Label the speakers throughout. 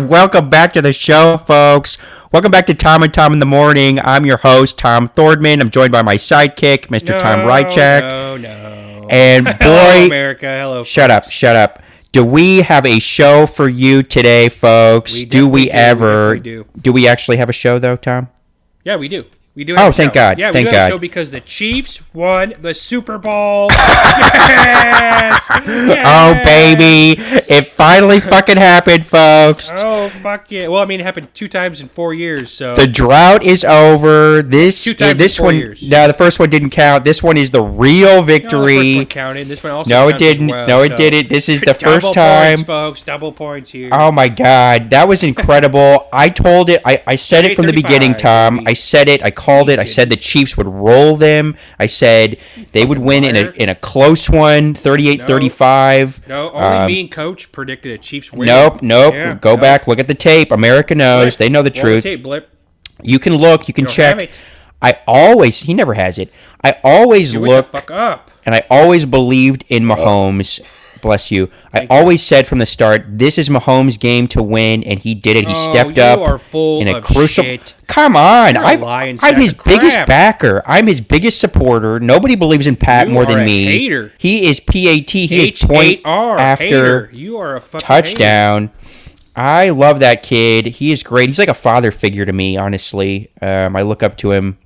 Speaker 1: Welcome back to the show, folks. Welcome back to Tom and Tom in the Morning. I'm your host, Tom Thordman. I'm joined by my sidekick, Mr. Tom Rychek.
Speaker 2: No, Oh, no.
Speaker 1: And boy,
Speaker 2: hello, America. Hello.
Speaker 1: shut up, shut up. Do we have a show for you today, folks?
Speaker 2: We
Speaker 1: do
Speaker 2: definitely
Speaker 1: we
Speaker 2: do, we
Speaker 1: ever?
Speaker 2: definitely
Speaker 1: do we actually have a show though, Tom?
Speaker 2: Yeah, we do. We do.
Speaker 1: Oh,
Speaker 2: have a
Speaker 1: thank
Speaker 2: show.
Speaker 1: God,
Speaker 2: Yeah,
Speaker 1: thank
Speaker 2: we do have a
Speaker 1: God.
Speaker 2: show because the Chiefs won the Super Bowl. yes! Eh.
Speaker 1: Oh,
Speaker 2: Yes!
Speaker 1: baby, it finally fucking happened, folks.
Speaker 2: Oh fuck yeah! Well, I mean, it happened two times in four years, so
Speaker 1: The drought is over. This
Speaker 2: Two times in
Speaker 1: this
Speaker 2: four
Speaker 1: one.
Speaker 2: years.
Speaker 1: No, the first one didn't count. This one is the real
Speaker 2: No, the first one
Speaker 1: victory.
Speaker 2: counted. This one also
Speaker 1: No, it
Speaker 2: counts as
Speaker 1: didn't.
Speaker 2: well,
Speaker 1: no, it
Speaker 2: so-
Speaker 1: didn't. This is the
Speaker 2: Double
Speaker 1: first time.
Speaker 2: points, folks. Double points here.
Speaker 1: Oh my god, that was incredible. I told it I, I said it from the beginning,
Speaker 2: 335,
Speaker 1: Tom.
Speaker 2: baby.
Speaker 1: I said it, I called it, I said the Chiefs would roll them. I said they would win in a
Speaker 2: liar.
Speaker 1: in a close one, 38-35.
Speaker 2: no, only
Speaker 1: Um,
Speaker 2: me and Coach predicted a Chiefs win.
Speaker 1: Nope, nope.
Speaker 2: Yeah,
Speaker 1: Go
Speaker 2: nope.
Speaker 1: back, look at the tape. America knows.
Speaker 2: Blip.
Speaker 1: They know the
Speaker 2: Roll
Speaker 1: truth.
Speaker 2: Tape blip.
Speaker 1: You can look, you can
Speaker 2: Don't have
Speaker 1: check.
Speaker 2: it.
Speaker 1: I always he never has it. I always
Speaker 2: Do it the
Speaker 1: look
Speaker 2: fuck up.
Speaker 1: and I always believed in
Speaker 2: Oh.
Speaker 1: Mahomes. Bless you. I always said from the start, this is Mahomes' game to win, and he did it. He
Speaker 2: Oh,
Speaker 1: stepped
Speaker 2: you
Speaker 1: up
Speaker 2: are full
Speaker 1: in a
Speaker 2: of
Speaker 1: crucial.
Speaker 2: shit.
Speaker 1: Come on,
Speaker 2: You're a
Speaker 1: I've,
Speaker 2: lying
Speaker 1: I'm
Speaker 2: sack
Speaker 1: his
Speaker 2: of
Speaker 1: biggest
Speaker 2: crap.
Speaker 1: backer. I'm his biggest supporter. Nobody believes in Pat
Speaker 2: You
Speaker 1: more
Speaker 2: are
Speaker 1: than
Speaker 2: a
Speaker 1: me.
Speaker 2: hater.
Speaker 1: He is PAT. He is point
Speaker 2: H-A-R,
Speaker 1: after
Speaker 2: hater. You are a fucking hater.
Speaker 1: touchdown. I love that kid. He is great. He's like a father figure to me, honestly. Um, I look up to him,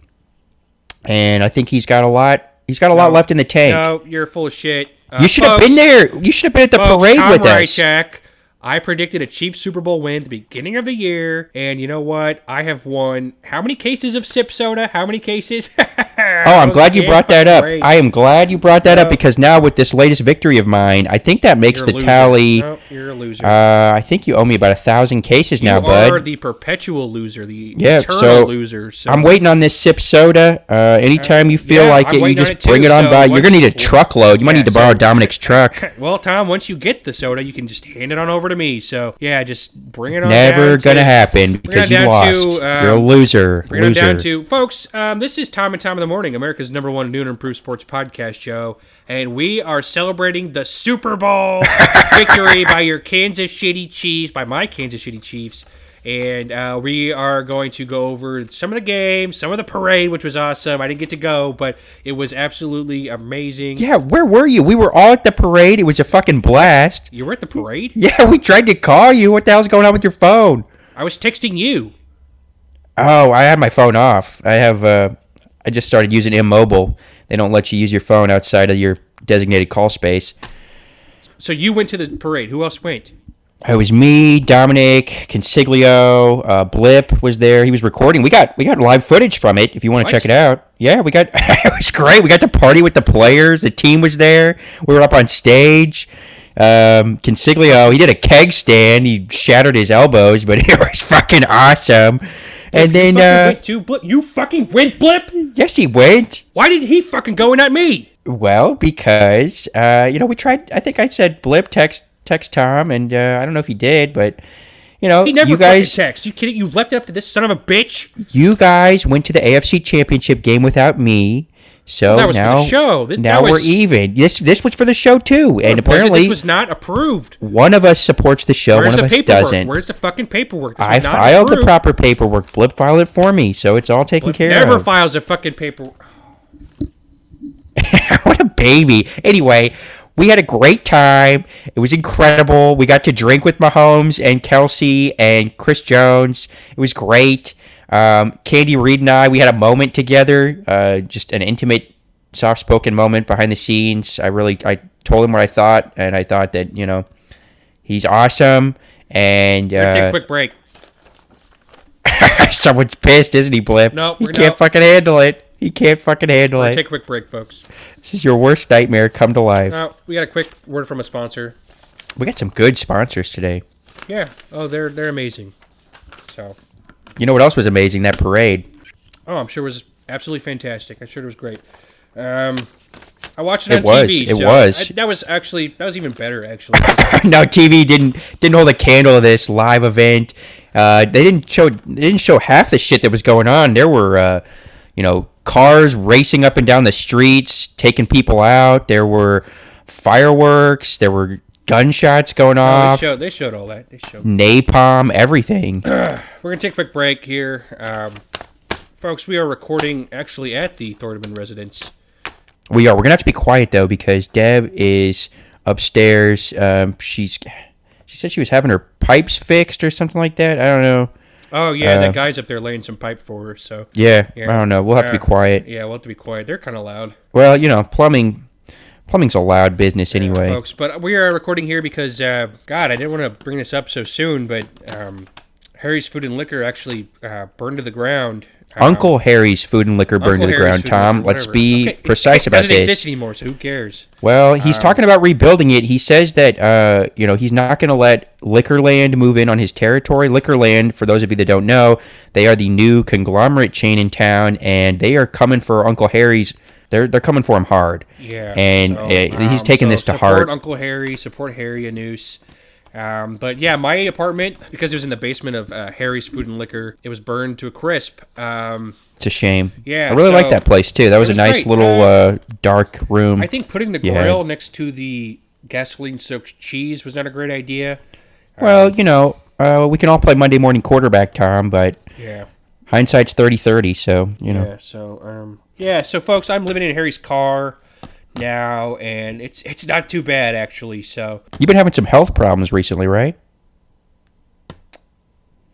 Speaker 1: and I think he's got a lot. He's got a lot left in the tank.
Speaker 2: No, you're full of shit. Uh,
Speaker 1: You should have
Speaker 2: folks,
Speaker 1: been there. You should have been at the
Speaker 2: folks,
Speaker 1: parade
Speaker 2: Tom
Speaker 1: with us.
Speaker 2: Rychek, I predicted a Chiefs Super Bowl win at the beginning of the year, and you know what? I have won how many cases of sip soda? How many cases? oh,
Speaker 1: Oh, I'm glad you brought that up. I am glad you brought that up because now with this latest victory of mine, I think that makes
Speaker 2: you're
Speaker 1: the
Speaker 2: a loser.
Speaker 1: tally.
Speaker 2: No, you're a loser.
Speaker 1: Uh, I think you owe me about a thousand cases now,
Speaker 2: you
Speaker 1: bud.
Speaker 2: are the perpetual loser, the
Speaker 1: Yeah,
Speaker 2: eternal
Speaker 1: so
Speaker 2: loser. So
Speaker 1: I'm waiting on this sip soda. Uh, anytime you feel
Speaker 2: yeah,
Speaker 1: like
Speaker 2: I'm
Speaker 1: it, you
Speaker 2: waiting on
Speaker 1: just
Speaker 2: it
Speaker 1: bring
Speaker 2: too,
Speaker 1: it on
Speaker 2: so
Speaker 1: by. You're gonna
Speaker 2: once-
Speaker 1: need a truckload. You might
Speaker 2: Yeah,
Speaker 1: need to
Speaker 2: so-
Speaker 1: borrow Dominic's truck.
Speaker 2: Well, Tom, once you get the soda, you can just hand it on over to me. So yeah, just bring it on.
Speaker 1: Never gonna
Speaker 2: down to,
Speaker 1: happen
Speaker 2: it
Speaker 1: because you
Speaker 2: down
Speaker 1: lost.
Speaker 2: to, um,
Speaker 1: You're a loser.
Speaker 2: Bring it on
Speaker 1: Loser.
Speaker 2: down to folks. Um, this is Tom and Tom in the morning, America's number one noon and improved sports podcast show, and we are celebrating the Super Bowl victory by your Kansas City Chiefs, by my Kansas City Chiefs. And uh, we are going to go over some of the games, some of the parade, which was awesome. I didn't get to go, but it was absolutely amazing.
Speaker 1: yeah, where were you? We were all at the parade. It was a fucking blast.
Speaker 2: You were at the parade.
Speaker 1: Yeah, we tried to call you. What the hell's going on with your phone?
Speaker 2: I was texting you.
Speaker 1: Oh, I had my phone off. I have. Uh, I just started using immobile. They don't let you use your phone outside of your designated call space.
Speaker 2: So you went to the parade. Who else went?
Speaker 1: It was me, Dominic, Consiglio, uh, Blip was there. He was recording. We got we got live footage from it. If you want
Speaker 2: What?
Speaker 1: to check it out, yeah, we got. it was great. We got to party with the players. The team was there. We were up on stage. Um, Consiglio, he did a keg stand. He shattered his elbows, but it was fucking awesome. And
Speaker 2: you
Speaker 1: then,
Speaker 2: fucking
Speaker 1: uh,
Speaker 2: went to Blip. You fucking went Blip.
Speaker 1: yes, he went.
Speaker 2: Why did he fucking go and not me?
Speaker 1: Well, because uh, you know, we tried. I think I said blip text text Tom, and uh, I don't know if he did, but you know,
Speaker 2: He never
Speaker 1: you guys,
Speaker 2: fucking texts. You kidding? You left it up to this son of a bitch.
Speaker 1: you guys went to the AFC Championship game without me. So
Speaker 2: that was for the
Speaker 1: Oh, now,
Speaker 2: show. Th-
Speaker 1: now
Speaker 2: that
Speaker 1: we're
Speaker 2: was-
Speaker 1: even. This this was for the show too, and apparently
Speaker 2: this was not approved.
Speaker 1: one of us supports the show,
Speaker 2: Where's
Speaker 1: one
Speaker 2: the
Speaker 1: of us
Speaker 2: paperwork?
Speaker 1: doesn't.
Speaker 2: Where's the fucking paperwork? This
Speaker 1: I
Speaker 2: was not
Speaker 1: filed the
Speaker 2: approved.
Speaker 1: proper paperwork. Blip filed it for me, so it's all taken care
Speaker 2: Never
Speaker 1: of.
Speaker 2: files a fucking paperwork.
Speaker 1: what a baby. Anyway, we had a great time. It was incredible. We got to drink with Mahomes and Kelsey and Chris Jones. It was great. Um, Candy Reed and I, we had a moment together, uh, just an intimate, soft spoken moment behind the scenes. I really, I told him what I thought, and I thought that, you know, he's awesome. And
Speaker 2: We're gonna take
Speaker 1: uh,
Speaker 2: a quick break.
Speaker 1: someone's pissed, isn't he, Blip?
Speaker 2: No,
Speaker 1: he
Speaker 2: we're
Speaker 1: can't
Speaker 2: not.
Speaker 1: fucking handle it. He can't fucking handle it.
Speaker 2: Take a quick break, folks.
Speaker 1: this is your worst nightmare come to life.
Speaker 2: Uh, we got a quick word from a sponsor.
Speaker 1: We got some good sponsors today.
Speaker 2: Yeah. Oh, they're they're amazing. So,
Speaker 1: You know what else was amazing? That parade.
Speaker 2: oh, I'm sure it was absolutely fantastic. I'm sure it was great. Um, I watched it,
Speaker 1: It
Speaker 2: on
Speaker 1: was,
Speaker 2: TV.
Speaker 1: it
Speaker 2: so
Speaker 1: was.
Speaker 2: I- that was actually that was even better actually.
Speaker 1: no, TV didn't didn't hold a candle to this live event. Uh, they didn't show they didn't show half the shit that was going on. There were, uh, you know, cars racing up and down the streets, taking people out. There were fireworks. There were gunshots going
Speaker 2: They
Speaker 1: off,
Speaker 2: showed, they showed all that. They showed.
Speaker 1: napalm, everything.
Speaker 2: We're gonna take a quick break here, um, folks. We are recording actually at the Thornton residence.
Speaker 1: We are. We're gonna have to be quiet though because Deb is upstairs. Um, she's she said she was having her pipes fixed or something like that. I don't know.
Speaker 2: Oh yeah,
Speaker 1: Uh,
Speaker 2: that guy's up there laying some pipe for her. So
Speaker 1: Yeah,
Speaker 2: Yeah.
Speaker 1: I don't know. We'll have to
Speaker 2: Yeah.
Speaker 1: be quiet.
Speaker 2: yeah, we'll have to be quiet. They're kind of loud,
Speaker 1: Well, you know, plumbing plumbing's a loud business anyway.
Speaker 2: folks. But we are recording here because uh, God, I didn't want to bring this up so soon, but um, Harry's Food and Liquor actually uh, burned to the ground. Um,
Speaker 1: Uncle Harry's food and liquor burned
Speaker 2: Uncle
Speaker 1: to the ground,
Speaker 2: Harry's Food
Speaker 1: Tom.
Speaker 2: and Liquor,
Speaker 1: Let's
Speaker 2: whatever.
Speaker 1: be
Speaker 2: Okay, it-
Speaker 1: precise
Speaker 2: it
Speaker 1: about
Speaker 2: doesn't
Speaker 1: this.
Speaker 2: exist anymore, so who cares?
Speaker 1: Well, he's talking about rebuilding it. He says that uh, you know he's not going to let Liquorland move in on his territory. Liquorland, for those of you that don't know, they are the new conglomerate chain in town, and they are coming for Uncle Harry's. They're they're coming for him hard.
Speaker 2: Yeah,
Speaker 1: and
Speaker 2: so,
Speaker 1: uh, he's
Speaker 2: um,
Speaker 1: taking
Speaker 2: so
Speaker 1: this to
Speaker 2: support
Speaker 1: heart.
Speaker 2: Uncle Harry, support Harry Anous. Um, but yeah, my apartment because it was in the basement of uh, Harry's Food and Liquor, it was burned to a crisp. Um,
Speaker 1: it's a shame.
Speaker 2: Yeah,
Speaker 1: I really like
Speaker 2: so-
Speaker 1: that place too. That was,
Speaker 2: was
Speaker 1: a nice
Speaker 2: great.
Speaker 1: little
Speaker 2: Uh,
Speaker 1: uh, dark room.
Speaker 2: I think putting the
Speaker 1: Yeah.
Speaker 2: grill next to the gasoline-soaked cheese was not a great idea. um,
Speaker 1: well, you know, uh, we can all play Monday morning quarterback, Tom, but
Speaker 2: Yeah,
Speaker 1: hindsight's 30-30, So you know,
Speaker 2: yeah. So um, yeah, so folks, I'm living in Harry's car now, and it's it's not too bad actually. So
Speaker 1: you've been having some health problems recently, right?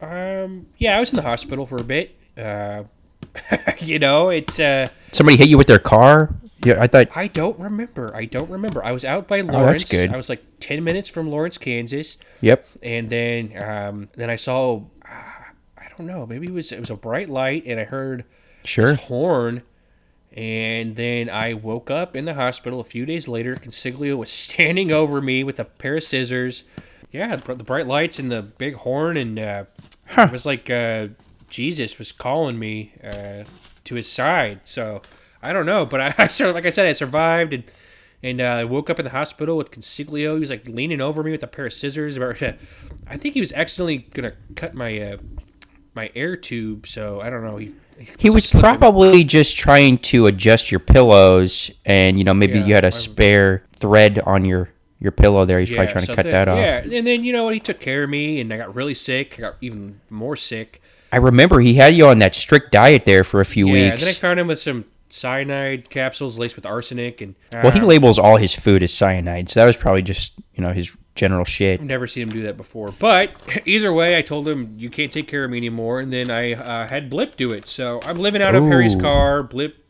Speaker 2: um, yeah, I was in the hospital for a bit. Uh, you know, it's uh.
Speaker 1: Somebody hit you with their car. Yeah, I thought.
Speaker 2: I don't remember. I don't remember. I was out by
Speaker 1: Oh, that's
Speaker 2: Lawrence.
Speaker 1: good.
Speaker 2: I was like ten minutes from Lawrence, Kansas,
Speaker 1: Yep.
Speaker 2: and then um, then I saw uh, I don't know. Maybe it was it was a bright light, and I heard
Speaker 1: Sure.
Speaker 2: this horn, and then I woke up in the hospital a few days later. Consiglio was standing over me with a pair of scissors. Yeah, the the bright lights and the big horn, and uh,
Speaker 1: Huh.
Speaker 2: it was like uh, Jesus was calling me uh, to his side. So I don't know, but I, I sort of, like I said, I survived and. And uh, I woke up in the hospital with Consiglio. He was like leaning over me with a pair of scissors. About, I think he was accidentally gonna cut my uh, my air tube. So I don't know. He
Speaker 1: He was
Speaker 2: slipping.
Speaker 1: probably just trying to adjust your pillows, and you know maybe
Speaker 2: Yeah,
Speaker 1: you had a
Speaker 2: I-
Speaker 1: spare thread on your your pillow there. He's probably trying to
Speaker 2: so
Speaker 1: cut
Speaker 2: then-
Speaker 1: that off.
Speaker 2: Yeah, and then you know what? He took care of me, and I got really sick. I got even more sick.
Speaker 1: I remember he had you on that strict diet there for a few
Speaker 2: Yeah, and
Speaker 1: weeks.
Speaker 2: then I found him with some cyanide capsules laced with arsenic, and uh,
Speaker 1: well, he labels all his food as cyanide, so that was probably just you know his general shit.
Speaker 2: never seen him do that before. But either way, I told him you can't take care of me anymore, and then I uh, had Blip do it. So I'm living out of Harry's
Speaker 1: Ooh.
Speaker 2: car. Blip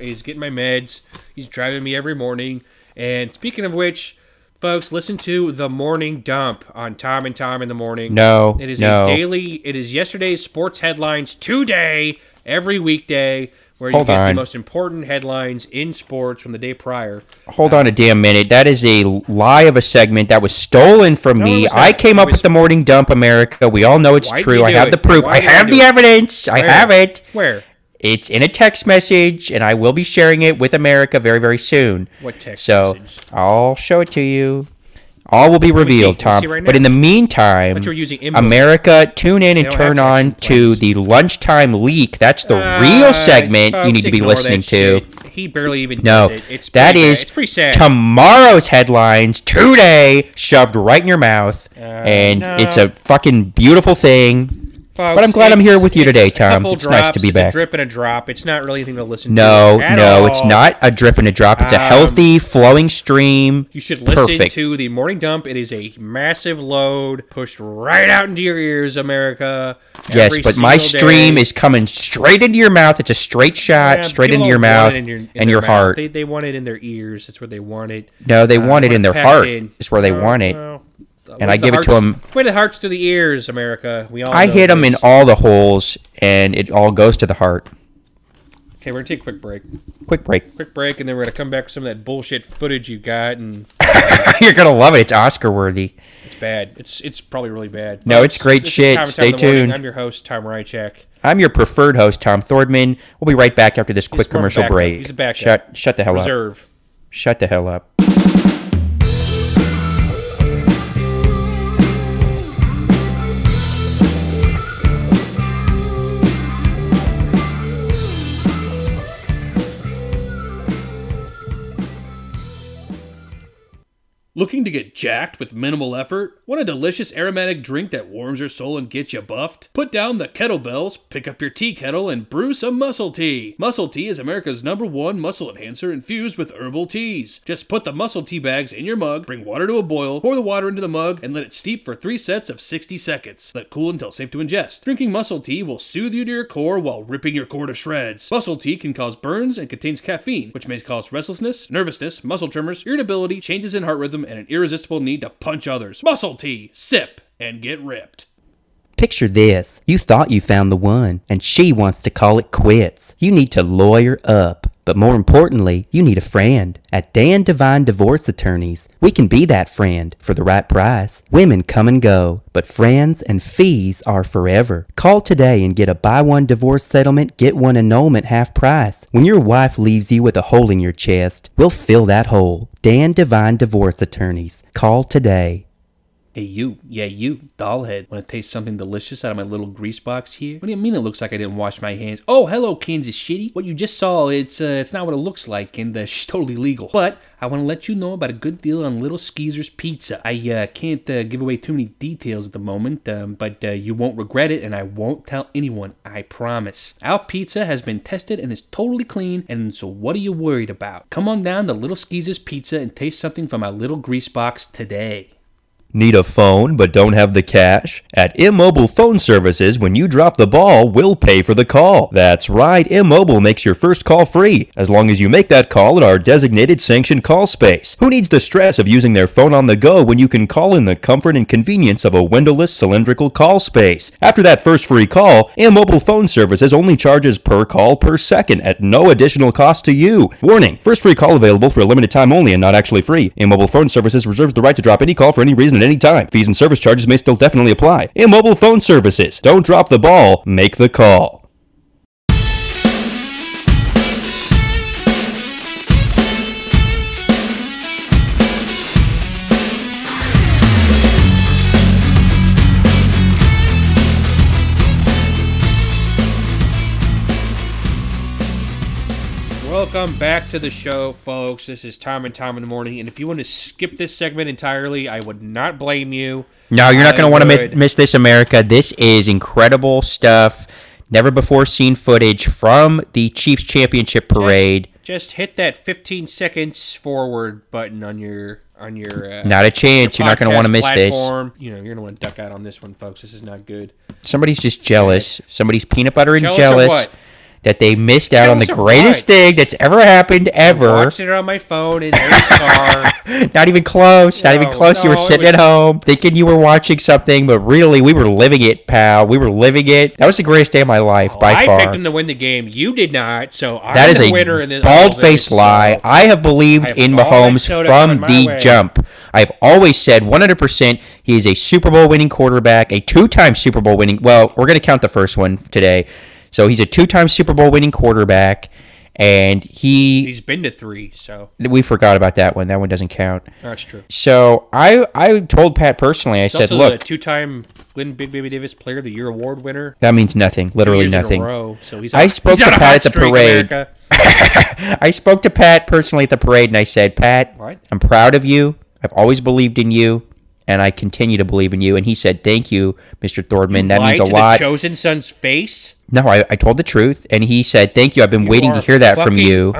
Speaker 2: is getting my meds. He's driving me every morning. And speaking of which, folks, listen to the morning dump on Tom and Tom in the morning.
Speaker 1: No,
Speaker 2: It is
Speaker 1: no.
Speaker 2: a daily. It is yesterday's sports headlines today, every weekday, where you
Speaker 1: Hold
Speaker 2: get
Speaker 1: on.
Speaker 2: the most important headlines in sports from the day prior.
Speaker 1: Hold on a damn minute. That is a lie of a segment that was stolen from
Speaker 2: it
Speaker 1: me.
Speaker 2: was
Speaker 1: I
Speaker 2: not.
Speaker 1: came
Speaker 2: It
Speaker 1: up
Speaker 2: was-
Speaker 1: with the morning dump, America. We all know it's
Speaker 2: Why'd
Speaker 1: true.
Speaker 2: you
Speaker 1: I
Speaker 2: do
Speaker 1: have
Speaker 2: it?
Speaker 1: the proof.
Speaker 2: Why
Speaker 1: I
Speaker 2: did you
Speaker 1: have
Speaker 2: do
Speaker 1: the
Speaker 2: it?
Speaker 1: evidence. I
Speaker 2: Where?
Speaker 1: have it.
Speaker 2: Where?
Speaker 1: It's in a text message, and I will be sharing it with America very, very soon.
Speaker 2: What text
Speaker 1: So
Speaker 2: message?
Speaker 1: I'll show it to you. All will be revealed,
Speaker 2: Let me
Speaker 1: Tom.
Speaker 2: see right
Speaker 1: but
Speaker 2: now.
Speaker 1: in the meantime,
Speaker 2: But you're using Imbo.
Speaker 1: America, tune in and
Speaker 2: don't have
Speaker 1: turn
Speaker 2: traction
Speaker 1: on to
Speaker 2: planes.
Speaker 1: the lunchtime leak. That's the
Speaker 2: Uh,
Speaker 1: real segment you
Speaker 2: folks,
Speaker 1: need to be
Speaker 2: ignore that
Speaker 1: listening to.
Speaker 2: shit. He barely even
Speaker 1: No,
Speaker 2: does it. It's
Speaker 1: that
Speaker 2: pretty bad.
Speaker 1: is
Speaker 2: It's pretty sad.
Speaker 1: tomorrow's headlines today shoved right in your mouth, and
Speaker 2: Uh, no.
Speaker 1: it's a fucking beautiful thing.
Speaker 2: Folks,
Speaker 1: but I'm glad I'm
Speaker 2: it's-
Speaker 1: here with you today,
Speaker 2: a
Speaker 1: Tom.
Speaker 2: couple
Speaker 1: It's nice to be
Speaker 2: it's
Speaker 1: back.
Speaker 2: A drip and a drop. It's not really anything to listen
Speaker 1: No,
Speaker 2: to. at
Speaker 1: no, it's
Speaker 2: all.
Speaker 1: not a drip and a drop. It's a
Speaker 2: Um,
Speaker 1: healthy, flowing stream.
Speaker 2: You should listen
Speaker 1: Perfect.
Speaker 2: to the morning dump. It is a massive load pushed right out into your ears, America.
Speaker 1: Yes,
Speaker 2: every
Speaker 1: but my
Speaker 2: single
Speaker 1: stream
Speaker 2: day.
Speaker 1: is coming straight into your mouth. It's a straight shot,
Speaker 2: Yeah,
Speaker 1: straight
Speaker 2: people
Speaker 1: into your
Speaker 2: don't want
Speaker 1: mouth
Speaker 2: it in in
Speaker 1: and
Speaker 2: their
Speaker 1: your
Speaker 2: mouth.
Speaker 1: heart.
Speaker 2: They, they want it in their ears. That's where they want it.
Speaker 1: no, they
Speaker 2: Uh,
Speaker 1: want it
Speaker 2: when
Speaker 1: in their
Speaker 2: packed
Speaker 1: heart.
Speaker 2: in.
Speaker 1: It's where they
Speaker 2: No,
Speaker 1: want it.
Speaker 2: no.
Speaker 1: And
Speaker 2: Way
Speaker 1: I
Speaker 2: the
Speaker 1: give it to
Speaker 2: hearts-
Speaker 1: 'em-
Speaker 2: Way the hearts through the ears, America. We all
Speaker 1: I
Speaker 2: know
Speaker 1: hit them in
Speaker 2: this.
Speaker 1: all the holes, and it all goes to the heart.
Speaker 2: Okay, we're gonna take a quick break.
Speaker 1: Quick break.
Speaker 2: Quick break, and then we're gonna come back with some of that bullshit footage you got, and
Speaker 1: You're gonna love it. It's Oscar worthy.
Speaker 2: it's bad. It's it's probably really bad.
Speaker 1: No, it's great
Speaker 2: This is
Speaker 1: shit.
Speaker 2: Tom and Tom
Speaker 1: Stay
Speaker 2: in the Morning.
Speaker 1: tuned.
Speaker 2: I'm your host, Tom Rychak.
Speaker 1: I'm your preferred host, Tom Thordman. We'll be right back after this quick
Speaker 2: more of a
Speaker 1: commercial
Speaker 2: backup.
Speaker 1: break.
Speaker 2: He's a backup.
Speaker 1: Shut, shut the hell up.
Speaker 2: Reserve.
Speaker 1: Shut the hell up.
Speaker 2: Looking to get jacked with minimal effort? Want a delicious aromatic drink that warms your soul and gets you buffed? Put down the kettlebells, pick up your tea kettle, and brew some muscle tea. Muscle tea is America's number one muscle enhancer infused with herbal teas. Just put the muscle tea bags in your mug, bring water to a boil, pour the water into the mug, and let it steep for three sets of 60 seconds. Let cool until safe to ingest. Drinking muscle tea will soothe you to your core while ripping your core to shreds. Muscle tea can cause burns and contains caffeine, which may cause restlessness, nervousness, muscle tremors, irritability, changes in heart rhythm, and an irresistible need to punch others. Muscle tea, sip, and get ripped.
Speaker 3: Picture this. You thought you found the one, and she wants to call it quits. You need to lawyer up. But more importantly, you need a friend. At Dan Divine Divorce Attorneys, we can be that friend for the right price. Women come and go, but friends and fees are forever. Call today and get a buy one divorce settlement, get one annulment half price. When your wife leaves you with a hole in your chest, we'll fill that hole. Dan Divine Divorce Attorneys. Call today.
Speaker 2: Hey, you, yeah, you, dollhead. Want to taste something delicious out of my little grease box here? What do you mean it looks like I didn't wash my hands? Oh, hello, Kansas Shitty. What you just saw, it's uh, it's not what it looks like, and uh, she's totally legal. But I want to let you know about a good deal on Little Skeezer's Pizza. I uh, can't uh, give away too many details at the moment, um, but uh, you won't regret it, and I won't tell anyone, I promise. Our pizza has been tested and is totally clean, and so what are you worried about? Come on down to Little Skeezer's Pizza and taste something from our little grease box today.
Speaker 4: Need a phone but don't have the cash? At Immobile Phone Services, when you drop the ball, we'll pay for the call. That's right, Immobile makes your first call free as long as you make that call at our designated sanctioned call space. Who needs the stress of using their phone on the go when you can call in the comfort and convenience of a windowless cylindrical call space? After that first free call, Immobile Phone Services only charges per call per second at no additional cost to you. Warning, first free call available for a limited time only and not actually free. Immobile Phone Services reserves the right to drop any call for any reason at any time. Fees and service charges may still definitely apply. Immobile phone services. Don't drop the ball, make the call.
Speaker 2: Welcome back to the show, folks. This is Tom and Tom in the Morning, and if you want to skip this segment entirely, I would not blame you.
Speaker 1: No, you're not
Speaker 2: I
Speaker 1: going to want
Speaker 2: would.
Speaker 1: to miss this, America. This is incredible stuff. Never before seen footage from the Chiefs championship parade.
Speaker 2: Just hit that 15 seconds forward button on your on your. Uh,
Speaker 1: Not a chance. You're not going to want to miss this.
Speaker 2: this. You know, you're going to want to duck out on this one, folks. This is not good.
Speaker 1: Somebody's just jealous. Somebody's peanut butter and
Speaker 2: Jealous
Speaker 1: jealous,
Speaker 2: of what?
Speaker 1: that they missed out on the
Speaker 2: Jealous of
Speaker 1: greatest
Speaker 2: what?
Speaker 1: thing that's ever happened ever.
Speaker 2: Watching it on my phone in every car.
Speaker 1: Not even close. Not even
Speaker 2: No,
Speaker 1: close. you
Speaker 2: no,
Speaker 1: were
Speaker 2: it
Speaker 1: sitting
Speaker 2: was-
Speaker 1: at home thinking you were watching something, but really we were living it, pal. We were living it. That was the greatest day of my life by
Speaker 2: I
Speaker 1: far.
Speaker 2: picked him to win the game. You did not. So I'm
Speaker 1: That is
Speaker 2: the
Speaker 1: a
Speaker 2: winner in this.
Speaker 1: bald faced
Speaker 2: so-
Speaker 1: lie. I have believed
Speaker 2: I have
Speaker 1: in
Speaker 2: all that
Speaker 1: Mahomes
Speaker 2: soda
Speaker 1: from
Speaker 2: coming my
Speaker 1: the
Speaker 2: way.
Speaker 1: jump. I've always said 100% he is a Super Bowl winning quarterback, a two time Super Bowl winning. Well, we're going to count the first one today. So he's a two time Super Bowl winning quarterback, and he.
Speaker 2: He's been to three, so
Speaker 1: We forgot about that one. That one doesn't count.
Speaker 2: that's true.
Speaker 1: So I, I told Pat personally, I
Speaker 2: He's
Speaker 1: said,
Speaker 2: also
Speaker 1: look,
Speaker 2: a two-time Glenn Big Baby Davis Player of the Year award winner.
Speaker 1: that means nothing. Literally
Speaker 2: Years in a
Speaker 1: nothing.
Speaker 2: row, so he's
Speaker 1: I
Speaker 2: on-
Speaker 1: spoke
Speaker 2: he's
Speaker 1: to
Speaker 2: on a
Speaker 1: Pat
Speaker 2: hot
Speaker 1: at the
Speaker 2: streak,
Speaker 1: parade.
Speaker 2: America.
Speaker 1: I spoke to Pat personally at the parade and I said, Pat,
Speaker 2: What?
Speaker 1: I'm proud of you. I've always believed in you and I continue to believe in you. And he said, Thank you, Mr. Thordman. that
Speaker 2: Lied
Speaker 1: means a
Speaker 2: to
Speaker 1: lot.
Speaker 2: The chosen son's face.
Speaker 1: no, I, I told the truth. And he said, Thank you. I've been
Speaker 2: You
Speaker 1: waiting
Speaker 2: are
Speaker 1: to hear that from
Speaker 2: fucking
Speaker 1: you.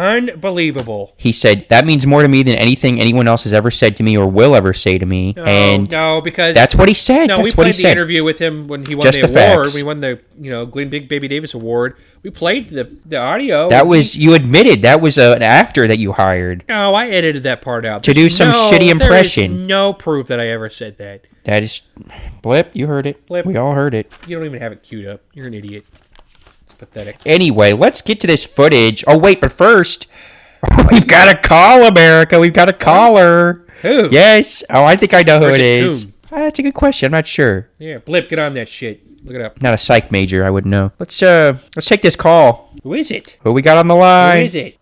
Speaker 2: Unbelievable.
Speaker 1: He said, That means more to me than anything anyone else has ever said to me or will ever say to me.
Speaker 2: No,
Speaker 1: and
Speaker 2: no, because
Speaker 1: that's what he said.
Speaker 2: no, we
Speaker 1: that's
Speaker 2: played
Speaker 1: what he
Speaker 2: the
Speaker 1: said.
Speaker 2: interview with him when he won
Speaker 1: Just
Speaker 2: the,
Speaker 1: the
Speaker 2: award.
Speaker 1: facts.
Speaker 2: We won the you know Glenn Big Baby Davis award. We played the the audio.
Speaker 1: That
Speaker 2: and he-
Speaker 1: was, you admitted that was a, an actor that you hired.
Speaker 2: no, I edited that part out
Speaker 1: To do
Speaker 2: There's
Speaker 1: some
Speaker 2: no-
Speaker 1: shitty
Speaker 2: there is
Speaker 1: impression.
Speaker 2: no proof that I ever said that.
Speaker 1: That is, Blip, you heard it.
Speaker 2: Blip.
Speaker 1: We all heard it.
Speaker 2: You don't even have it queued up. You're an idiot. It's pathetic.
Speaker 1: Anyway, let's get to this footage. Oh wait, but first we've got a call, America. We've got a caller.
Speaker 2: Who?
Speaker 1: Yes. Oh, I think I know who
Speaker 2: Where's
Speaker 1: it
Speaker 2: it
Speaker 1: is.
Speaker 2: whom?
Speaker 1: Ah, that's a good question. I'm not sure.
Speaker 2: Yeah, blip. Get on that shit. Look it up.
Speaker 1: Not a psych major, I wouldn't know. Let's uh, let's take this call.
Speaker 2: Who is it?
Speaker 1: Who we got on the
Speaker 2: Who
Speaker 1: line?
Speaker 2: is it?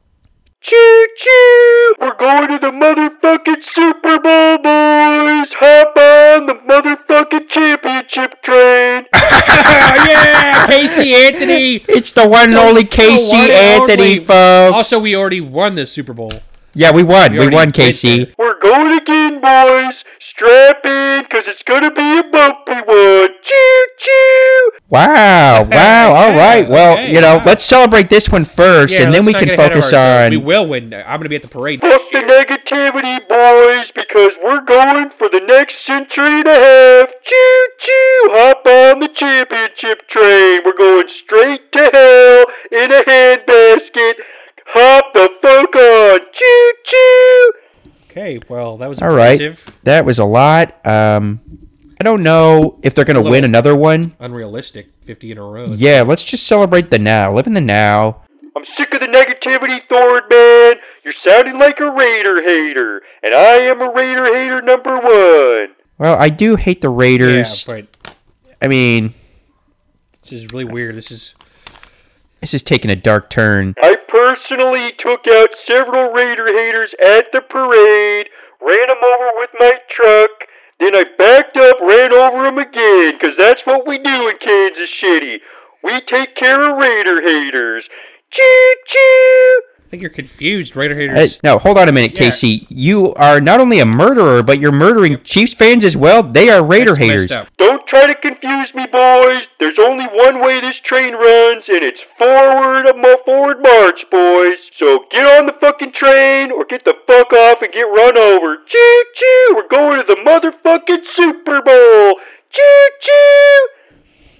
Speaker 5: Choo choo! We're going to the motherfucking Super Bowl, boys! Hop on the motherfucking championship train!
Speaker 2: Oh yeah, Casey Anthony.
Speaker 1: It's the one and only
Speaker 2: The
Speaker 1: Casey
Speaker 2: one and
Speaker 1: Anthony,
Speaker 2: only.
Speaker 1: folks.
Speaker 2: Also, we already won the Super Bowl.
Speaker 1: Yeah, we won.
Speaker 2: We
Speaker 1: We,
Speaker 2: already
Speaker 1: won,
Speaker 2: did
Speaker 1: KC.
Speaker 2: that.
Speaker 5: We're going again, boys. Strap in, cause it's gonna be a bumpy one. Choo choo.
Speaker 1: Wow. Wow. All right. Well,
Speaker 2: Okay,
Speaker 1: you know,
Speaker 2: wow.
Speaker 1: let's celebrate this one first,
Speaker 2: Yeah,
Speaker 1: and then
Speaker 2: let's
Speaker 1: we
Speaker 2: not
Speaker 1: can
Speaker 2: get ahead of
Speaker 1: focus
Speaker 2: ourselves.
Speaker 1: on.
Speaker 2: We will win. I'm going to be at the parade.
Speaker 5: Fuck the negativity, boys, because we're going for the next century and a half. Choo choo. Hop on the championship train. We're going straight to hell in a handbasket. Hop the fuck on. Choo choo.
Speaker 2: Okay, well, that was
Speaker 1: All right.
Speaker 2: impressive.
Speaker 1: That was a lot. Um, I don't know if they're going to
Speaker 2: Little-
Speaker 1: win another one.
Speaker 2: Unrealistic. 50 in a row.
Speaker 1: Yeah, let's just celebrate the now. Live in the now.
Speaker 5: I'm sick of the negativity, Thorn man. You're sounding like a Raider hater, and I am a Raider hater number one.
Speaker 1: Well, I do hate the
Speaker 2: Yeah,
Speaker 1: Raiders.
Speaker 2: but
Speaker 1: I mean,
Speaker 2: this is really weird. This is.
Speaker 1: this is taking a dark turn.
Speaker 5: I personally took out several Raider haters at the parade, ran them over with my truck, then I backed up, ran over them again, 'cause that's what we do in Kansas City. We take care of Raider haters. Choo choo!
Speaker 2: I think you're confused. Raider
Speaker 1: Hey,
Speaker 2: haters.
Speaker 1: no, hold on a minute,
Speaker 2: Yeah.
Speaker 1: Casey. You are not only a murderer, but you're murdering Chiefs fans as well. They are Raider
Speaker 2: That's messed
Speaker 1: haters.
Speaker 2: up.
Speaker 5: Don't try to confuse me, boys. There's only one way this train runs, and it's forward, a mo- forward march, boys. So get on the fucking train, or get the fuck off and get run over. Choo choo! We're going to the motherfucking Super Bowl. Choo choo!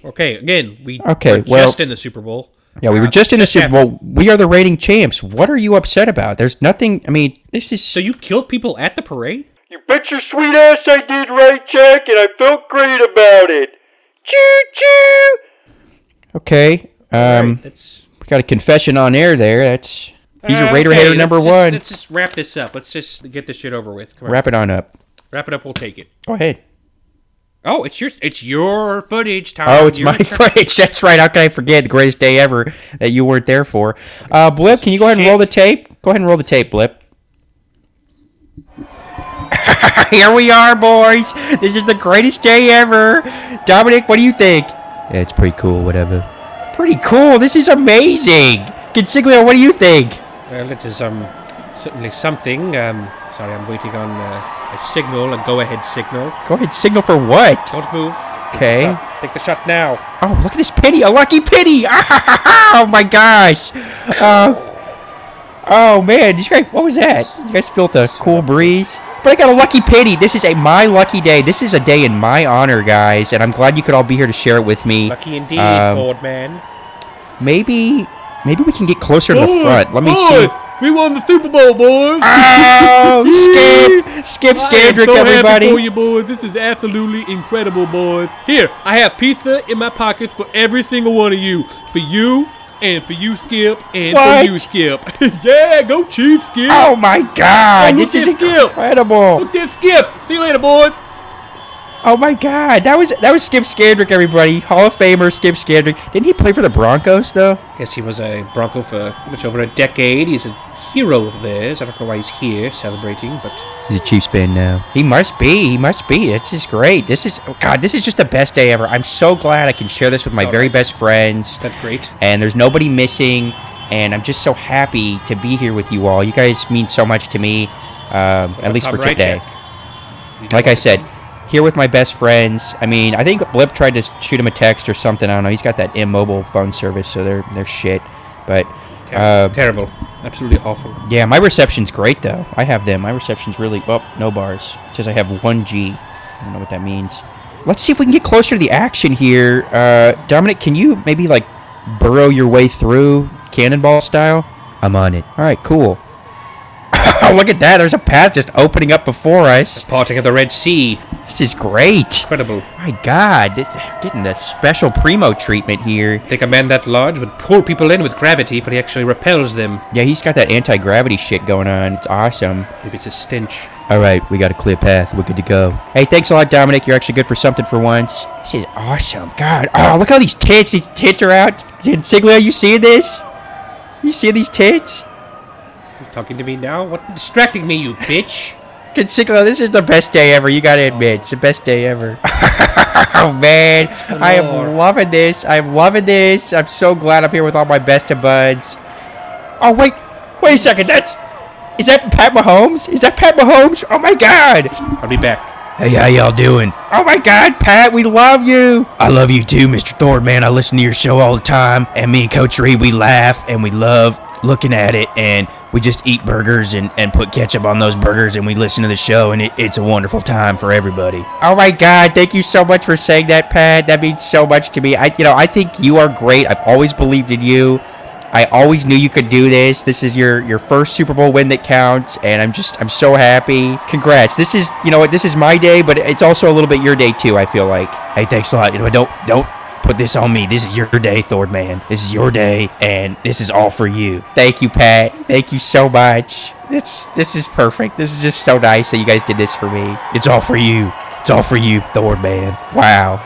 Speaker 2: Okay, again, we
Speaker 1: Okay,
Speaker 2: were
Speaker 1: well-
Speaker 2: just in the Super Bowl.
Speaker 1: Yeah,
Speaker 2: Uh,
Speaker 1: we were just in the Super
Speaker 2: happened.
Speaker 1: Bowl. We are the reigning champs. What are you upset about? There's nothing. I mean, this is.
Speaker 2: So you killed people at the parade?
Speaker 5: You bet your sweet ass I did right, Jack, and I felt great about it. Choo choo!
Speaker 1: Okay. Um,
Speaker 2: Right, that's
Speaker 1: we got a confession on air there. That's. He's a
Speaker 2: Uh,
Speaker 1: Raider
Speaker 2: okay,
Speaker 1: hater
Speaker 2: let's
Speaker 1: number
Speaker 2: just-
Speaker 1: one.
Speaker 2: Let's just wrap this up. Let's just get this shit over with. Come on, wrap,
Speaker 1: Wrap it on up.
Speaker 2: it up. We'll take it.
Speaker 1: Go ahead.
Speaker 2: Oh, it's your it's your footage, Tom.
Speaker 1: Oh, it's
Speaker 2: Your
Speaker 1: my
Speaker 2: turn.
Speaker 1: footage. That's right. How can I forget the greatest day ever that you weren't there for? Uh, Blip, can you go ahead and roll the tape? Go ahead and roll the tape, Blip. Here we are, boys. This is the greatest day ever. Dominic, what do you think?
Speaker 3: Yeah, it's pretty cool, whatever.
Speaker 1: Pretty cool. This is amazing. Consiglio, what do you think?
Speaker 2: Well, it is um certainly something. Um, sorry, I'm waiting on uh, a signal, a go-ahead signal.
Speaker 1: Go ahead, signal for what?
Speaker 2: Don't move.
Speaker 1: Okay.
Speaker 2: Stop. Take the shot now.
Speaker 1: Oh, look at this penny, a lucky penny! oh my gosh! Uh, oh man, did you guys? What was that? Did you guys feel the cool breeze? But I got a lucky penny. This is a my lucky day. This is a day in my honor, guys, and I'm glad you could all be here to share it with me.
Speaker 2: Lucky indeed,
Speaker 1: Um,
Speaker 2: board man.
Speaker 1: Maybe, maybe we can get closer to the front. Let me see. if-
Speaker 2: We won the Super Bowl, boys.
Speaker 1: Oh, Skip, Skip Skandrick, everybody!
Speaker 2: you boys. This is absolutely incredible, boys. Here, I have pizza in my pockets for every single one of you. For you, and for you, Skip, and
Speaker 1: What?
Speaker 2: for you, Skip. yeah, go Chiefs, Skip.
Speaker 1: oh my God,
Speaker 2: Oh,
Speaker 1: this
Speaker 2: look
Speaker 1: is
Speaker 2: at Skip.
Speaker 1: incredible!
Speaker 2: Look at Skip. See you later, boys.
Speaker 1: Oh my God, that was that was Skip Skandrick, everybody, Hall of Famer Skip Skandrick. Didn't he play for the Broncos though?
Speaker 2: Yes, he was a Bronco for much over a decade. He's a hero of theirs. I don't know why he's here celebrating, but
Speaker 3: He's a Chiefs fan now.
Speaker 1: He must be. He must be. This is great. This is oh God. This is just the best day ever. I'm so glad I can share this with my
Speaker 2: All
Speaker 1: very
Speaker 2: right.
Speaker 1: best friends,
Speaker 2: that's great.
Speaker 1: and there's nobody missing. And I'm just so happy to be here with you all. You guys mean so much to me, um, at least for
Speaker 2: Tom Rychek.
Speaker 1: today. Like I said, here with my best friends. I mean, I think Blip tried to shoot him a text or something. I don't know. He's got that immobile phone service, so they're they're shit. But uh,
Speaker 2: Terrible. terrible. Absolutely awful.
Speaker 1: yeah, my reception's great though. I have them. My reception's really well, no bars. It says I have one G. I don't know what that means. Let's see if we can get closer to the action here. Uh, Dominic, can you maybe like burrow your way through cannonball style?
Speaker 3: I'm on it.
Speaker 1: All right, cool. Oh, look at that. There's a path just opening up before us.
Speaker 2: Parting of the Red Sea.
Speaker 1: This is great.
Speaker 2: Incredible.
Speaker 1: My God, this- getting the special primo treatment here.
Speaker 2: Think a man that large would pull people in with gravity, but he actually repels them.
Speaker 1: Yeah, he's got that anti gravity shit going on. It's awesome.
Speaker 2: Maybe it's a stench.
Speaker 3: All right, we got a clear path. We're good to go.
Speaker 1: Hey, thanks a lot, Dominic. You're actually good for something for once. This is awesome. God. Oh, look how these tits. These tits are out. Siglio, you seeing this? You see these tits?
Speaker 2: You talking to me now? What distracting me, you bitch?
Speaker 1: Siglio, this is the best day ever. You gotta admit, it's the best day ever. oh man, I
Speaker 2: galore.
Speaker 1: am loving this. I'm loving this. I'm so glad I'm here with all my best of buds. Oh wait, wait a second. That's Is that Pat Mahomes? Is that Pat Mahomes? Oh my God!
Speaker 2: I'll be back.
Speaker 1: Hey, how y'all doing? Oh my God, Pat, we love you. I love you too, Mr. Thorne, man. I listen to your show all the time, and me and Coach Reed, we laugh and we love looking at it, and we just eat burgers and, and put ketchup on those burgers, and we listen to the show, and it, it's a wonderful time for everybody. Oh my God, thank you so much for saying that, Pat. That means so much to me. I, you know, I think you are great. I've always believed in you. I always knew you could do this. This is your your first Super Bowl win that counts, and I'm just I'm so happy. Congrats. This is you know what this is my day, but it's also a little bit your day too. I feel like. Hey, thanks a lot. You know, don't don't put this on me. This is your day, Thord man. This is your day, and this is all for you. Thank you, Pat. Thank you so much. This this is perfect. This is just so nice that you guys did this for me. It's all for you. It's all for you, Thord man. Wow.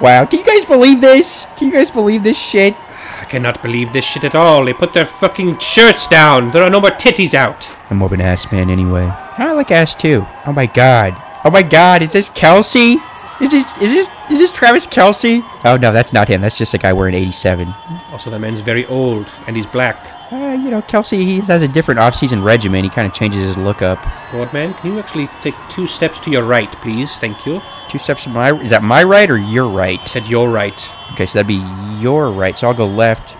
Speaker 1: Wow, can you guys believe this? Can you guys believe this shit?
Speaker 2: I cannot believe this shit at all. They put their fucking shirts down. There are no more titties out.
Speaker 1: I'm more of an ass man anyway. I like ass too. Oh my god. Oh my god, is this Kelsey? Is this is this is this Travis Kelsey? Oh no, that's not him. That's just a guy wearing 87.
Speaker 2: Also, the man's very old and he's black.
Speaker 1: Uh, you know, Kelsey he has a different off-season regimen. He kind of changes his look up.
Speaker 2: Thought man, can you actually take two steps to your right, please? Thank you.
Speaker 1: Two steps to my is that my right or your right?
Speaker 2: Said your right.
Speaker 1: Okay, so that'd be your right. So I'll go left.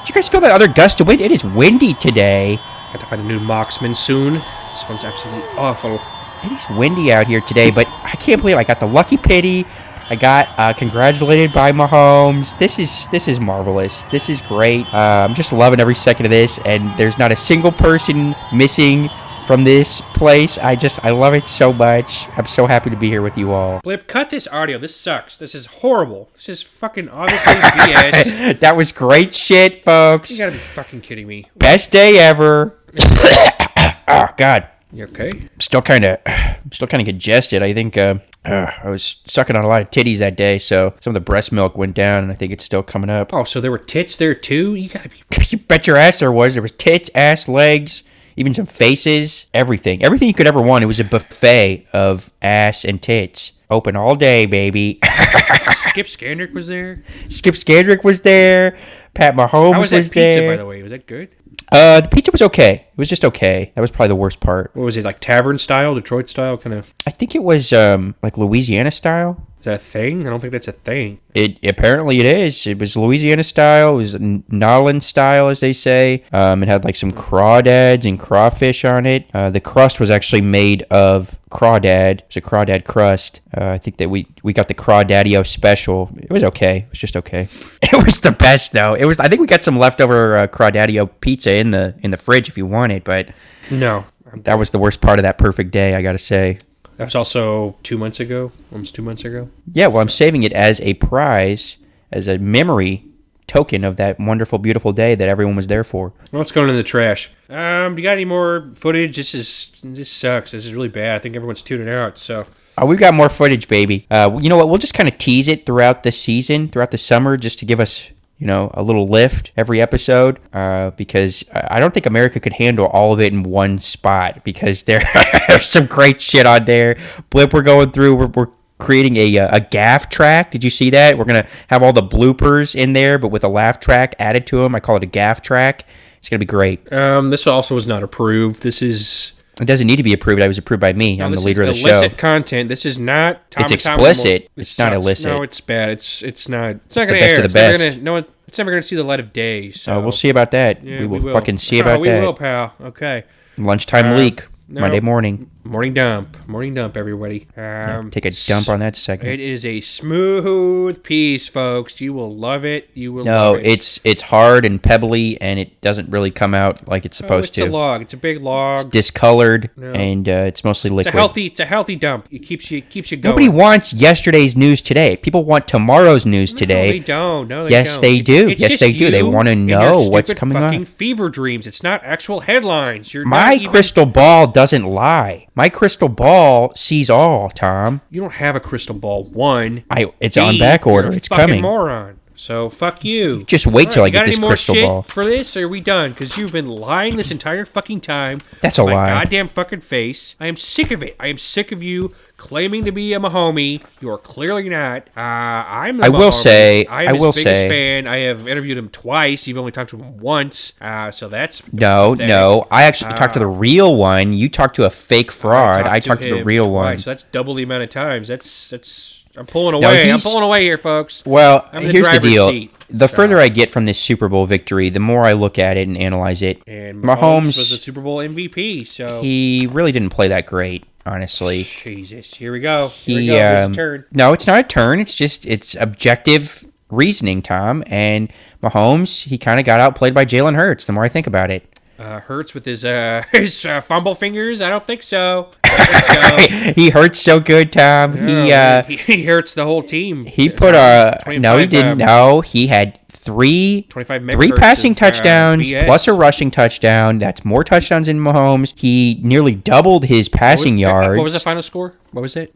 Speaker 1: Did you guys feel that other gust of wind? It is windy today.
Speaker 2: Got to find a new marksman soon. This one's absolutely awful.
Speaker 1: It is windy out here today, but I can't believe I got the lucky pity. I got uh, congratulated by Mahomes. This is this is marvelous. This is great. Uh, I'm just loving every second of this, and there's not a single person missing from this place. I just I love it so much. I'm so happy to be here with you all.
Speaker 2: Blip, cut this audio. This sucks. This is horrible. This is fucking obviously BS.
Speaker 1: that was great shit, folks.
Speaker 2: You gotta be fucking kidding me.
Speaker 1: Best day ever. oh God.
Speaker 2: You okay?
Speaker 1: still kind of still kind of congested. I think uh, uh, I was sucking on a lot of titties that day, so some of the breast milk went down, and I think it's still coming up.
Speaker 2: Oh, so there were tits there too? You gotta be.
Speaker 1: You bet your ass there was. There was tits, ass, legs, even some faces, everything, everything you could ever want. It was a buffet of ass and tits, open all day, baby.
Speaker 2: Skip Skandrick was there.
Speaker 1: Skip Skandrick was there. Pat Mahomes
Speaker 2: How was that
Speaker 1: was
Speaker 2: pizza,
Speaker 1: there.
Speaker 2: by the way? Was that good?
Speaker 1: Uh, the pizza was okay. It was just okay. That was probably the worst part.
Speaker 2: What was it like? Tavern style, Detroit style, kind of.
Speaker 1: I think it was um like Louisiana style.
Speaker 2: Is that a thing? I don't think that's a thing.
Speaker 1: It apparently it is. It was Louisiana style. It was N- Nolan style, as they say. Um, it had like some crawdads and crawfish on it. Uh, the crust was actually made of crawdad. It's a crawdad crust. Uh, I think that we we got the crawdaddio special. It was okay. It was just okay. It was the best though. It was. I think we got some leftover uh, crawdaddio pizza in the in the fridge if you want it. But
Speaker 2: No, I'm-
Speaker 1: that was the worst part of that perfect day. I gotta say.
Speaker 2: that was also two months ago. Almost two months ago.
Speaker 1: Yeah, well, I'm saving it as a prize, as a memory token of that wonderful, beautiful day that everyone was there for.
Speaker 2: Well, it's going in the trash. Um, you got any more footage? This is this sucks. This is really bad. I think everyone's tuning out. So
Speaker 1: Oh, we've got more footage, baby. Uh, you know what? We'll just kind of tease it throughout the season, throughout the summer, just to give us, you know, a little lift every episode, uh, because I I don't think America could handle all of it in one spot because there- there's some great shit on there. Blip, we're going through. We're, we're creating a, uh, a gaff track. Did you see that? We're going to have all the bloopers in there, but with a laugh track added to them. I call it a gaff track. It's going to be great.
Speaker 2: um, this also was not approved. This is
Speaker 1: It doesn't need to be approved. I was approved by me. I'm the
Speaker 2: this
Speaker 1: leader of the
Speaker 2: is
Speaker 1: show.
Speaker 2: illicit content. This is not. Tom
Speaker 1: It's
Speaker 2: and Tom and Mor-
Speaker 1: explicit. It's not
Speaker 2: sucks.
Speaker 1: illicit.
Speaker 2: No, it's bad. It's it's not. It's not
Speaker 1: the
Speaker 2: going to
Speaker 1: best of
Speaker 2: air.
Speaker 1: the
Speaker 2: it's never
Speaker 1: best.
Speaker 2: Gonna, no one. It's never going to see the light of day. So
Speaker 1: Uh, we'll see about that.
Speaker 2: Yeah,
Speaker 1: we, will fucking see about
Speaker 2: oh, we
Speaker 1: that.
Speaker 2: will, pal. Okay.
Speaker 1: Lunchtime
Speaker 2: Uh,
Speaker 1: leak.
Speaker 2: no.
Speaker 1: Monday morning.
Speaker 2: Morning dump. Morning dump, everybody. Um,
Speaker 1: Take a dump on that segment.
Speaker 2: It is a smooth piece, folks. You will love it. You will.
Speaker 1: no,
Speaker 2: love it.
Speaker 1: it's it's hard and pebbly, and it doesn't really come out like it's
Speaker 2: Oh,
Speaker 1: supposed
Speaker 2: it's a
Speaker 1: to.
Speaker 2: log. It's a big log.
Speaker 1: It's discolored,
Speaker 2: No.
Speaker 1: and uh, it's mostly
Speaker 2: It's a
Speaker 1: liquid.
Speaker 2: healthy. It's a healthy dump. It keeps you. It keeps you going.
Speaker 1: Nobody wants yesterday's news today. People want tomorrow's news
Speaker 2: No,
Speaker 1: today.
Speaker 2: they don't. No, they
Speaker 1: Yes,
Speaker 2: don't.
Speaker 1: they do.
Speaker 2: It's
Speaker 1: Yes,
Speaker 2: just
Speaker 1: they do. They
Speaker 2: you
Speaker 1: wanna
Speaker 2: and your
Speaker 1: know what's
Speaker 2: stupid
Speaker 1: coming on.
Speaker 2: fucking Fever dreams. It's not actual headlines. You're not
Speaker 1: My
Speaker 2: even-
Speaker 1: crystal ball doesn't lie. My crystal ball sees all, Tom.
Speaker 2: You don't have a crystal ball. One.
Speaker 1: I it's
Speaker 2: B,
Speaker 1: on back order.
Speaker 2: You're a
Speaker 1: It's
Speaker 2: fucking
Speaker 1: coming.
Speaker 2: Moron. So fuck you.
Speaker 1: Just wait
Speaker 2: All
Speaker 1: till I
Speaker 2: you
Speaker 1: get
Speaker 2: got
Speaker 1: this
Speaker 2: any more
Speaker 1: crystal
Speaker 2: shit
Speaker 1: ball.
Speaker 2: For this, or are we done? Because you've been lying this entire fucking time.
Speaker 1: That's
Speaker 2: to
Speaker 1: a
Speaker 2: my
Speaker 1: lie.
Speaker 2: Goddamn fucking face. I am sick of it. I am sick of you claiming to be a Mahomie. You are clearly not. Uh, I'm. the
Speaker 1: I will
Speaker 2: Mahomie.
Speaker 1: say-
Speaker 2: I am
Speaker 1: I
Speaker 2: his
Speaker 1: will
Speaker 2: biggest
Speaker 1: say-
Speaker 2: fan. I have interviewed him twice. You've only talked to him once. Uh, so that's
Speaker 1: No,
Speaker 2: pathetic.
Speaker 1: no. I actually talked to
Speaker 2: Ah.
Speaker 1: the real one. You talked to a fake fraud. I talked, to, the
Speaker 2: him
Speaker 1: real
Speaker 2: twice,
Speaker 1: one.
Speaker 2: So that's double the amount of times. That's that's. I'm pulling away. I'm
Speaker 1: he's-
Speaker 2: pulling away here, folks.
Speaker 1: Well,
Speaker 2: I'm in the
Speaker 1: here's the
Speaker 2: driver's
Speaker 1: deal.
Speaker 2: seat,
Speaker 1: The
Speaker 2: so-
Speaker 1: further I get from this Super Bowl victory, the more I look at it and analyze it.
Speaker 2: And Mahomes,
Speaker 1: Mahomes,
Speaker 2: was the Super Bowl MVP. So
Speaker 1: he really didn't play that great, honestly.
Speaker 2: Jesus, here we go. Here we
Speaker 1: He,
Speaker 2: go. Here's
Speaker 1: um,
Speaker 2: the turn.
Speaker 1: no, it's not a turn. It's just it's objective reasoning, Tom. And Mahomes, he kind of got outplayed by Jalen Hurts. The more I think about it,
Speaker 2: Uh, Hurts with his uh, his uh, fumble fingers. I don't think so. I don't think so.
Speaker 1: he hurts so good, Tom. he uh,
Speaker 2: he, he hurts the whole team.
Speaker 1: He put a no. He
Speaker 2: 25,
Speaker 1: didn't.
Speaker 2: um,
Speaker 1: No, he had three
Speaker 2: 25
Speaker 1: three
Speaker 2: megahertz
Speaker 1: passing
Speaker 2: of, uh,
Speaker 1: touchdowns
Speaker 2: BS.
Speaker 1: plus a rushing touchdown. That's more touchdowns than Mahomes. He nearly doubled his passing
Speaker 2: What-
Speaker 1: yards.
Speaker 2: What was the final score? What was it?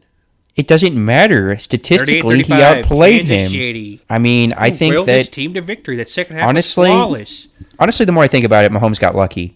Speaker 1: It doesn't matter statistically. He
Speaker 2: 38-35,
Speaker 1: outplayed
Speaker 2: Kansas
Speaker 1: him.
Speaker 2: City.
Speaker 1: I mean, I think
Speaker 2: Willed his
Speaker 1: that
Speaker 2: team to victory. That second half
Speaker 1: Honestly,
Speaker 2: was flawless.
Speaker 1: honestly, the more I think about it, Mahomes got lucky.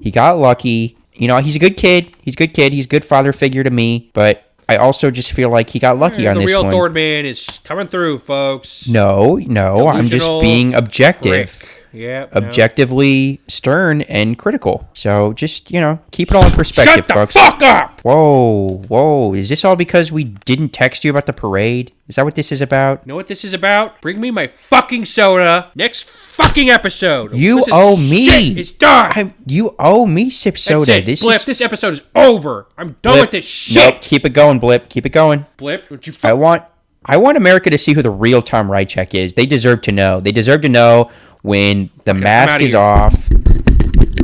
Speaker 1: He got lucky. You know, he's a good kid. He's a good kid. He's a good father figure to me. But I also just feel like he got lucky
Speaker 2: Hmm, The
Speaker 1: on this
Speaker 2: real
Speaker 1: one.
Speaker 2: Thorn man is coming through, folks.
Speaker 1: no, no, I'm just
Speaker 2: Delusional
Speaker 1: being objective.
Speaker 2: Prick. Yeah. no.
Speaker 1: objectively stern and critical. So just you know, keep it all in perspective,
Speaker 2: Shut the
Speaker 1: folks.
Speaker 2: fuck up.
Speaker 1: Whoa, whoa! Is this all because we didn't text you about the parade? Is that what this is about?
Speaker 2: You know what this is about? Bring me my fucking soda next fucking episode.
Speaker 1: You
Speaker 2: This is
Speaker 1: owe me.
Speaker 2: Shit. It's done.
Speaker 1: I, you owe me sip
Speaker 2: That's
Speaker 1: soda.
Speaker 2: it.
Speaker 1: This
Speaker 2: Blip,
Speaker 1: is
Speaker 2: this episode is over. I'm done with this shit.
Speaker 1: Nope, keep it going, Blip. Keep it going.
Speaker 2: Blip, don't you fuck
Speaker 1: I want I want America to see who the real Tom Rychek is. They deserve to know. They deserve to know when the mask
Speaker 2: outta
Speaker 1: is
Speaker 2: here.
Speaker 1: off.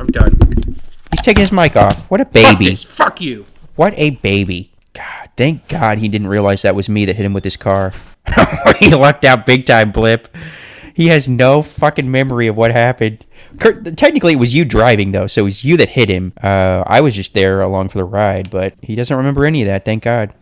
Speaker 2: I'm done.
Speaker 1: He's taking his mic off. What a
Speaker 2: Fuck
Speaker 1: baby.
Speaker 2: this. Fuck you.
Speaker 1: What a baby. God, thank God he didn't realize that was me that hit him with his car. he lucked out big time, Blip. He has no fucking memory of what happened. Kurt, technically, it was you driving, though, so it was you that hit him. Uh, I was just there along for the ride, but he doesn't remember any of that, thank God.